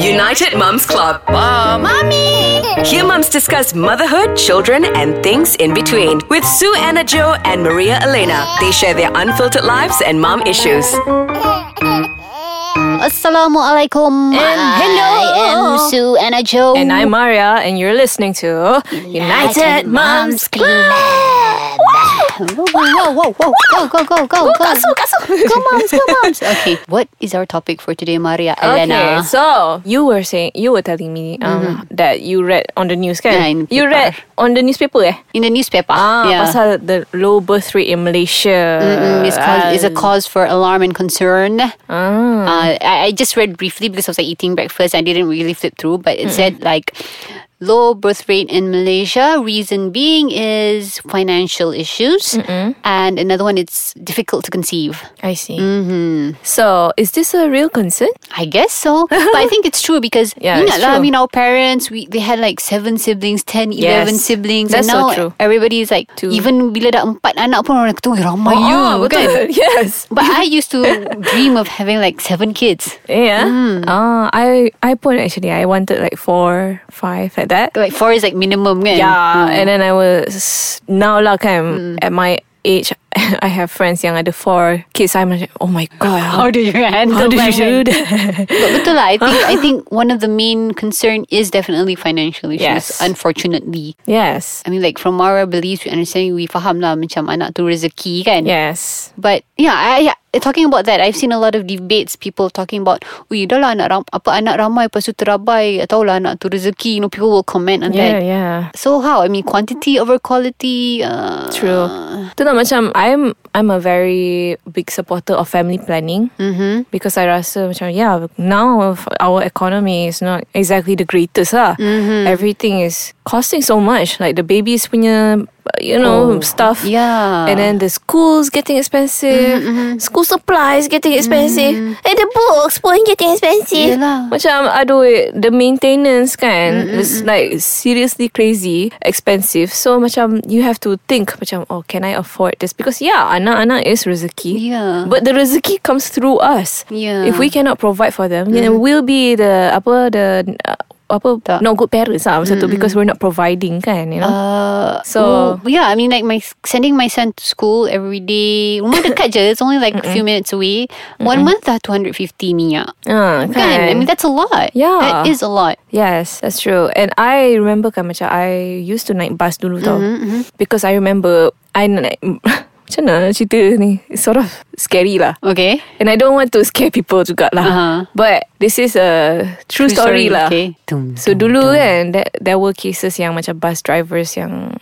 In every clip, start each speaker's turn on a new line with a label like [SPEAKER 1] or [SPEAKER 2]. [SPEAKER 1] United Mums Club. Mom.
[SPEAKER 2] Mommy!
[SPEAKER 1] Here, mums discuss motherhood, children, and things in between with Sue Anna Joe and Maria Elena. They share their unfiltered lives and mom issues.
[SPEAKER 2] Assalamualaikum.
[SPEAKER 3] And hello.
[SPEAKER 2] I am Sue and a Joe.
[SPEAKER 3] And I'm Maria, and you're listening to United Moms Club.
[SPEAKER 2] Whoa, whoa, whoa, whoa. Go, go, go, go, go. Go, moms, go, moms. Okay, what is our topic for today, Maria
[SPEAKER 3] Okay,
[SPEAKER 2] Elena?
[SPEAKER 3] so you were saying you were telling me um, that you read on the news, kan?
[SPEAKER 2] Mm-hmm. Yeah, in
[SPEAKER 3] you read on the newspaper, eh?
[SPEAKER 2] In the newspaper.
[SPEAKER 3] Ah,
[SPEAKER 2] yeah.
[SPEAKER 3] pasal the low birth rate in Malaysia.
[SPEAKER 2] Mm, it's, cause, it's a cause for alarm and concern.
[SPEAKER 3] Uh, Ah.
[SPEAKER 2] Uh, I, I just read briefly because I was like eating breakfast. I didn't really flip through, but it said like low birth rate in Malaysia. Reason being is financial issues, and another one it's difficult to conceive.
[SPEAKER 3] I see. Mm-hmm. So, is this a real concern?
[SPEAKER 2] I guess so, but I think it's true because
[SPEAKER 3] Yeah,
[SPEAKER 2] you
[SPEAKER 3] it's
[SPEAKER 2] know, I
[SPEAKER 3] true.
[SPEAKER 2] mean our parents we they had like seven siblings, 10, 11
[SPEAKER 3] Yes.
[SPEAKER 2] siblings,
[SPEAKER 3] That's
[SPEAKER 2] and
[SPEAKER 3] so
[SPEAKER 2] now
[SPEAKER 3] true.
[SPEAKER 2] everybody is like
[SPEAKER 3] True.
[SPEAKER 2] even bila dah empat anak pun orang kata "Ui, ramai Oh, you
[SPEAKER 3] Ah,
[SPEAKER 2] kan.
[SPEAKER 3] betul. Yes.
[SPEAKER 2] But I used to dream of having like seven kids.
[SPEAKER 3] Yeah.
[SPEAKER 2] Mm-hmm.
[SPEAKER 3] Ah, I I put actually I wanted like four, five like that.
[SPEAKER 2] Like four is like minimum kan?
[SPEAKER 3] Yeah,
[SPEAKER 2] Hmm.
[SPEAKER 3] and then I was now lah
[SPEAKER 2] Mm.
[SPEAKER 3] kan at my age I have friends yang ada four kids. I'm like, oh my god,
[SPEAKER 2] How do you handle
[SPEAKER 3] how do you
[SPEAKER 2] that?
[SPEAKER 3] do that?
[SPEAKER 2] But betul lah, I think I think one of the main concern is definitely financial issues.
[SPEAKER 3] Yes.
[SPEAKER 2] Unfortunately,
[SPEAKER 3] yes,
[SPEAKER 2] I mean like from our beliefs, we understand we faham lah macam anak tu rezeki kan.
[SPEAKER 3] yes,
[SPEAKER 2] But yeah, I, I talking about that, I've seen a lot of debates. People talking about, "Ui, dah lah anak ram, apa anak ramai lepas tu terabai, atau lah anak tu rezeki." You know, people will comment on
[SPEAKER 3] yeah,
[SPEAKER 2] that.
[SPEAKER 3] yeah.
[SPEAKER 2] So how? I mean, quantity over quality. Uh,
[SPEAKER 3] True. Tu lah macam I'm I'm a very big supporter of family planning mm-hmm. because I rasa macam yeah now of our economy is not exactly the greatest lah. Mm-hmm. Everything is costing so much like the babies punya you know
[SPEAKER 2] Oh,
[SPEAKER 3] stuff.
[SPEAKER 2] yeah.
[SPEAKER 3] And then the schools getting expensive.
[SPEAKER 2] Mm-hmm,
[SPEAKER 3] School supplies getting expensive. And the books pun getting expensive.
[SPEAKER 2] Yelah.
[SPEAKER 3] Macam aduh the maintenance kan is like seriously crazy expensive. So macam you have to think macam oh can I afford this because yeah anak-anak is rezeki.
[SPEAKER 2] Yeah.
[SPEAKER 3] But the rezeki comes through us.
[SPEAKER 2] Yeah. Mm-hmm.
[SPEAKER 3] If we cannot provide for them, then we'll be the apa the uh, apa
[SPEAKER 2] Tak.
[SPEAKER 3] not good parents lah masa tu because we're not providing kan you know.
[SPEAKER 2] Uh,
[SPEAKER 3] So-
[SPEAKER 2] oh, yeah, I mean, like my sending my son to school every day. Rumah dekat je. It's only like a few minutes away. One month dah 250 minyak.
[SPEAKER 3] Ah,
[SPEAKER 2] Kan? I mean, that's a lot.
[SPEAKER 3] Yeah.
[SPEAKER 2] that is a lot.
[SPEAKER 3] Yes, that's true. And I remember kan macam I used to naik bus dulu tau. Because I remember I naik macam mana nak cerita ni? It's sort of scary lah.
[SPEAKER 2] Okay.
[SPEAKER 3] And I don't want to scare people juga lah.
[SPEAKER 2] Uh-huh.
[SPEAKER 3] But this is a true, story, lah.
[SPEAKER 2] Okay.
[SPEAKER 3] So dulu kan there, there were cases yang macam bus drivers yang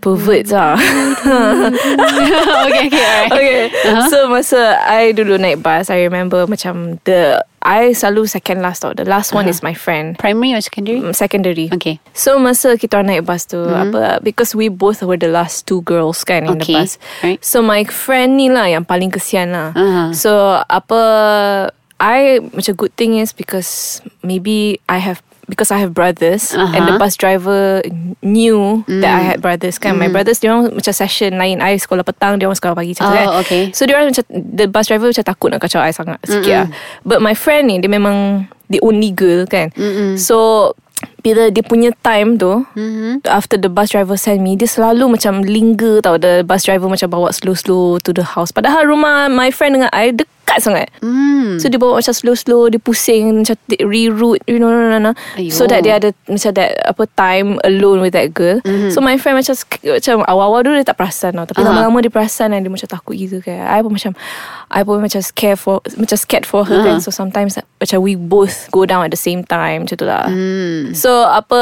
[SPEAKER 3] perverts lah.
[SPEAKER 2] okay, okay, alright.
[SPEAKER 3] okay.
[SPEAKER 2] Uh-huh.
[SPEAKER 3] So masa I dulu naik bus, I remember macam the I selalu second last tau. The last one is my friend.
[SPEAKER 2] Primary or secondary?
[SPEAKER 3] Mm, Secondary.
[SPEAKER 2] Okay. Mm-hmm.
[SPEAKER 3] So masa kita orang naik bus tu apa because we both were the last two girls kan in the
[SPEAKER 2] Okay,
[SPEAKER 3] bus.
[SPEAKER 2] right. Uh-huh.
[SPEAKER 3] So my friend ni lah yang paling kesian lah.
[SPEAKER 2] Aha.
[SPEAKER 3] So apa I macam good thing is because maybe I have because I have brothers and
[SPEAKER 2] Aha.
[SPEAKER 3] the bus driver knew that
[SPEAKER 2] Mm.
[SPEAKER 3] I had brothers kan. My brothers dia orang macam session lain. I sekolah petang, dia orang sekolah pagi macam tu
[SPEAKER 2] Oh,
[SPEAKER 3] kan.
[SPEAKER 2] okay.
[SPEAKER 3] So dia orang macam the bus driver macam takut nak kacau I sangat sikit lah. But my friend ni dia memang the only girl kan. So bila dia punya time tu after the bus driver send me dia selalu macam linger tau the bus driver macam bawa slow-slow to the house padahal rumah my friend dengan I dekat sangat
[SPEAKER 2] Mm.
[SPEAKER 3] so dia bawa macam slow-slow dia pusing macam t- reroute you know nah, nah, nah. so
[SPEAKER 2] Aiyo.
[SPEAKER 3] that dia ada macam that apa time alone with that girl so my friend macam sk- macam awal-awal dulu dia tak perasan tau tapi
[SPEAKER 2] Mm-hmm. Aha.
[SPEAKER 3] lama-lama dia perasan dan dia macam takut gitu kan I pun macam I pun macam scared for macam scared for her kan so sometimes macam we both go down at the same time macam tu lah
[SPEAKER 2] Mm-hmm.
[SPEAKER 3] So apa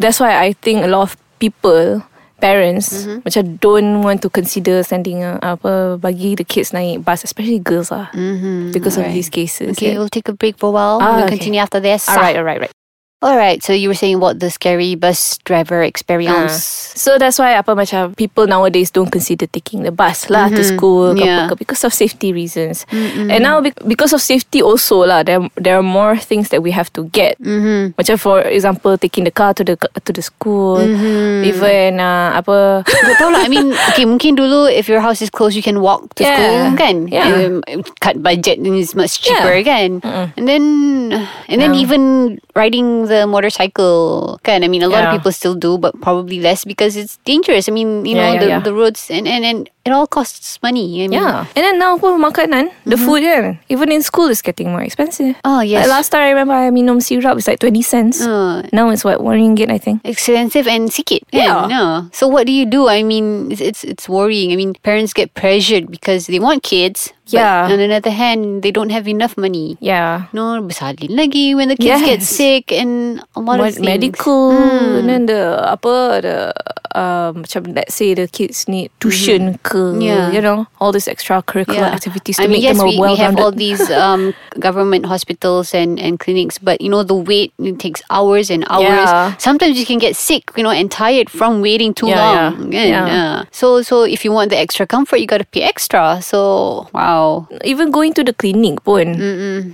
[SPEAKER 3] that's why I think a lot of people parents
[SPEAKER 2] Mm-hmm.
[SPEAKER 3] macam don't want to consider sending uh, apa bagi the kids naik bus especially girls lah mm-hmm. because of
[SPEAKER 2] Mm, alright.
[SPEAKER 3] these cases.
[SPEAKER 2] Okay,
[SPEAKER 3] yeah.
[SPEAKER 2] we'll take a break for a while.
[SPEAKER 3] Ah,
[SPEAKER 2] we'll
[SPEAKER 3] okay.
[SPEAKER 2] continue after this.
[SPEAKER 3] Alright, alright, right.
[SPEAKER 2] All right. So you were saying about the scary bus driver experience.
[SPEAKER 3] So that's why apa macam people nowadays don't consider taking the bus lah to school
[SPEAKER 2] Mm-hmm.
[SPEAKER 3] ke
[SPEAKER 2] Yeah.
[SPEAKER 3] apa ke, because of safety reasons. And now bec- because of safety also lah there there are more things that we have to get.
[SPEAKER 2] Mm.
[SPEAKER 3] Mm-hmm. Macam for example taking the car to the to the school
[SPEAKER 2] Mm-hmm.
[SPEAKER 3] even uh, apa
[SPEAKER 2] Tak tahu lah. I mean, okay, mungkin dulu if your house is close, you can walk to
[SPEAKER 3] Yeah.
[SPEAKER 2] school kan.
[SPEAKER 3] Yeah.
[SPEAKER 2] Um, cut budget and it's much cheaper kan. And then, and then even riding the motorcycle kan. I mean, a lot of
[SPEAKER 3] Yeah.
[SPEAKER 2] people still do, but probably less because it's dangerous. I mean, you know,
[SPEAKER 3] Yeah, yeah,
[SPEAKER 2] the,
[SPEAKER 3] yeah.
[SPEAKER 2] the roads and, and, and it all costs money. I mean,
[SPEAKER 3] yeah. And then now pun makanan, the food kan, even in school is getting more expensive.
[SPEAKER 2] Oh, Mm-hmm. yes.
[SPEAKER 3] Like last time I remember I minum syrup it's like 20 cents.
[SPEAKER 2] Uh,
[SPEAKER 3] Now it's what 1 ringgit I think.
[SPEAKER 2] expensive and sikit.
[SPEAKER 3] Yeah.
[SPEAKER 2] Kan? No. So what do you do? I mean, it's it's, it's worrying. I mean, parents get pressured because they want kids.
[SPEAKER 3] Yeah.
[SPEAKER 2] But on another hand, they don't have enough money.
[SPEAKER 3] Yeah.
[SPEAKER 2] No, bersalin lagi when the kids get
[SPEAKER 3] Yes.
[SPEAKER 2] sick and a lot of
[SPEAKER 3] Mod-
[SPEAKER 2] things.
[SPEAKER 3] medical
[SPEAKER 2] Hmm.
[SPEAKER 3] and then the apa the um macam let's say the kids need tuition ke
[SPEAKER 2] Mhm. Yeah.
[SPEAKER 3] you know all these extracurricular activities
[SPEAKER 2] I
[SPEAKER 3] to
[SPEAKER 2] mean,
[SPEAKER 3] make
[SPEAKER 2] yes,
[SPEAKER 3] them a
[SPEAKER 2] we, we
[SPEAKER 3] well-rounded
[SPEAKER 2] have all these um, government hospitals and, and clinics, but you know the wait it takes hours and hours.
[SPEAKER 3] Yeah.
[SPEAKER 2] Sometimes you can get sick, you know, and tired from waiting too
[SPEAKER 3] Yeah,
[SPEAKER 2] long.
[SPEAKER 3] yeah.
[SPEAKER 2] And,
[SPEAKER 3] Yeah.
[SPEAKER 2] uh, so so if you want the extra comfort, you got to pay extra. So wow,
[SPEAKER 3] even going to the clinic pun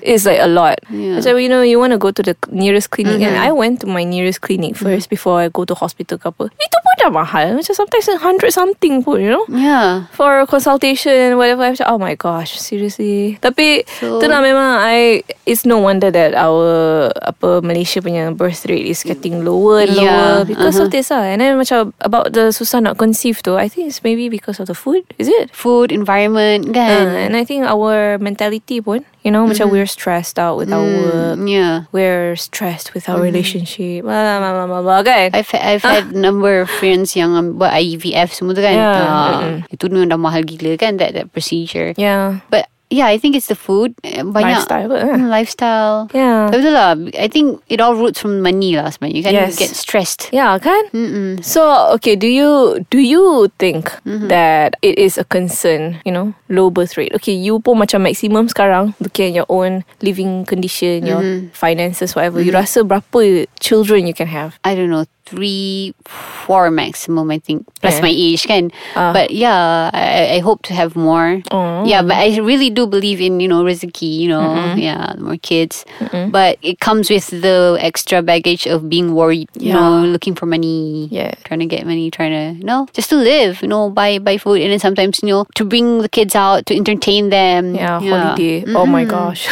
[SPEAKER 3] is like a lot
[SPEAKER 2] Yeah. Mm-hmm.
[SPEAKER 3] so you know you want to go to the nearest clinic and I went to my nearest clinic first before I go to hospital ke apa itu pun dah mahal macam sometimes a hundred something pun you know
[SPEAKER 2] yeah.
[SPEAKER 3] for a consultation whatever I'm like, oh my gosh seriously tapi
[SPEAKER 2] So-
[SPEAKER 3] tu lah memang I it's no wonder that our apa Malaysia punya birth rate is getting lower and
[SPEAKER 2] Yeah,
[SPEAKER 3] lower because of this lah and then macam about the susah not conceive tu I think it's maybe because of the food is it
[SPEAKER 2] Food, environment,
[SPEAKER 3] Uh,
[SPEAKER 2] kan?
[SPEAKER 3] and I think our mentality pun you know macam we're stressed out with our work
[SPEAKER 2] Mm, yeah.
[SPEAKER 3] we're stressed with our relationship blah blah blah blah blah kan
[SPEAKER 2] I've I've had number of friends yang um, buat IVF semua tu kan.
[SPEAKER 3] Ah. Yeah,
[SPEAKER 2] Ah, Itu memang dah mahal gila kan that that procedure.
[SPEAKER 3] yeah
[SPEAKER 2] But yeah, I think it's the food eh, banyak
[SPEAKER 3] lifestyle kot, eh.
[SPEAKER 2] Hmm, lifestyle.
[SPEAKER 3] yeah
[SPEAKER 2] Tapi tu lah, I think it all roots from money lah sebenarnya. You can
[SPEAKER 3] Yes.
[SPEAKER 2] get stressed.
[SPEAKER 3] Yeah, kan?
[SPEAKER 2] Mm-mm.
[SPEAKER 3] So, okay, do you do you think that it is a concern, you know, low birth rate? Okay, you pun macam maximum sekarang looking at your own living condition, your finances, whatever. You rasa berapa children you can have?
[SPEAKER 2] I don't know, three, four maximum, I think. Plus
[SPEAKER 3] Yeah. Ah.
[SPEAKER 2] my age, can. but yeah, I, I hope to have more.
[SPEAKER 3] Oh.
[SPEAKER 2] Yeah, but I really do believe in, you know, Riziki, you know,
[SPEAKER 3] Mm-hmm.
[SPEAKER 2] yeah, more kids. But it comes with the extra baggage of being worried, you know, looking for money.
[SPEAKER 3] Yeah.
[SPEAKER 2] Trying to get money, trying to, you know, just to live, you know, buy, buy food. And then sometimes, you know, to bring the kids out, to entertain them.
[SPEAKER 3] Yeah, Mm. holiday. Oh my gosh.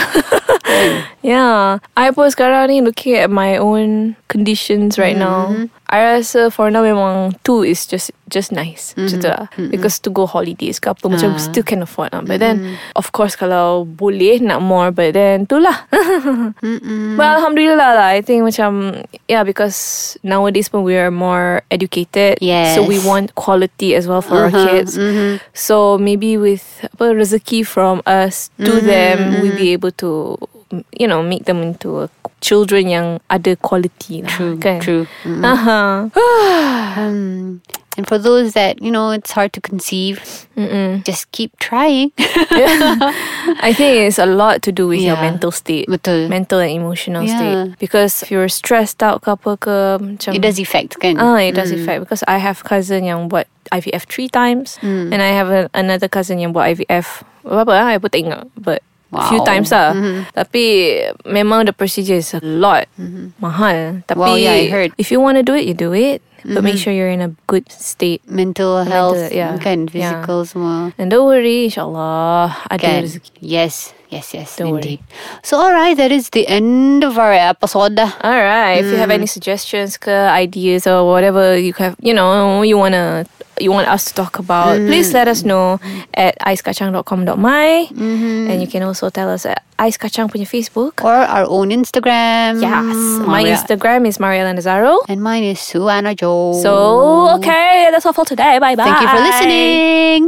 [SPEAKER 3] yeah. I pun sekarang ni looking at my own conditions right now. I rasa for now memang two is just just nice. Macam tu lah. Because to go holidays ke apa macam still can afford lah. But then of course kalau boleh nak more but then tu lah. But alhamdulillah lah. I think macam yeah because nowadays pun we are more educated.
[SPEAKER 2] Yes.
[SPEAKER 3] So we want quality as well
[SPEAKER 2] Mm-hmm,
[SPEAKER 3] for our kids. So maybe with apa, rezeki from us to
[SPEAKER 2] Mm-hmm,
[SPEAKER 3] them, we'll be able to you know make them into a children yang ada quality lah.
[SPEAKER 2] True,
[SPEAKER 3] kan?
[SPEAKER 2] true.
[SPEAKER 3] Uh-huh.
[SPEAKER 2] Um, and for those that you know it's hard to conceive, just keep trying.
[SPEAKER 3] I think it's a lot to do with your
[SPEAKER 2] Yeah.
[SPEAKER 3] mental state.
[SPEAKER 2] Betul.
[SPEAKER 3] Mental and emotional
[SPEAKER 2] Yeah.
[SPEAKER 3] state. Because if you're stressed out ke apa ke macam
[SPEAKER 2] it does affect, kan?
[SPEAKER 3] Ah, it does
[SPEAKER 2] Mm.
[SPEAKER 3] affect because I have cousin yang buat IVF three times,
[SPEAKER 2] Mm.
[SPEAKER 3] and I have a, another cousin yang buat IVF berapa lah, I pun tak ingat, but few
[SPEAKER 2] Wow. Mm-hmm.
[SPEAKER 3] times lah. Tapi memang the procedure is a lot mahal.
[SPEAKER 2] Mm-hmm.
[SPEAKER 3] Tapi
[SPEAKER 2] Wow, yeah, I heard. Mm-hmm.
[SPEAKER 3] if you want to do it, you do it, but make sure you're in a good state.
[SPEAKER 2] Mental health,
[SPEAKER 3] yeah,
[SPEAKER 2] kan?
[SPEAKER 3] yeah.
[SPEAKER 2] Physical semua.
[SPEAKER 3] And don't worry, insyaAllah ada
[SPEAKER 2] Kan?
[SPEAKER 3] rezeki.
[SPEAKER 2] Yes, yes, yes,
[SPEAKER 3] Don't
[SPEAKER 2] indeed. So, alright, that is the end of our episode.
[SPEAKER 3] Alright, if you have any
[SPEAKER 2] Mm.
[SPEAKER 3] suggestions, ke, ideas or whatever you have, you know, you wanna you want us to talk about,
[SPEAKER 2] Mm.
[SPEAKER 3] please let us know at icekacang.com.my
[SPEAKER 2] Mm-hmm.
[SPEAKER 3] and you can also tell us at icekacang punya Facebook.
[SPEAKER 2] Or our own Instagram.
[SPEAKER 3] Yes, my
[SPEAKER 2] Mm. Maria.
[SPEAKER 3] Instagram is Mariela Nazaro.
[SPEAKER 2] And mine is Suana Joe.
[SPEAKER 3] So, okay, that's all for today. Bye bye.
[SPEAKER 2] thank you for listening.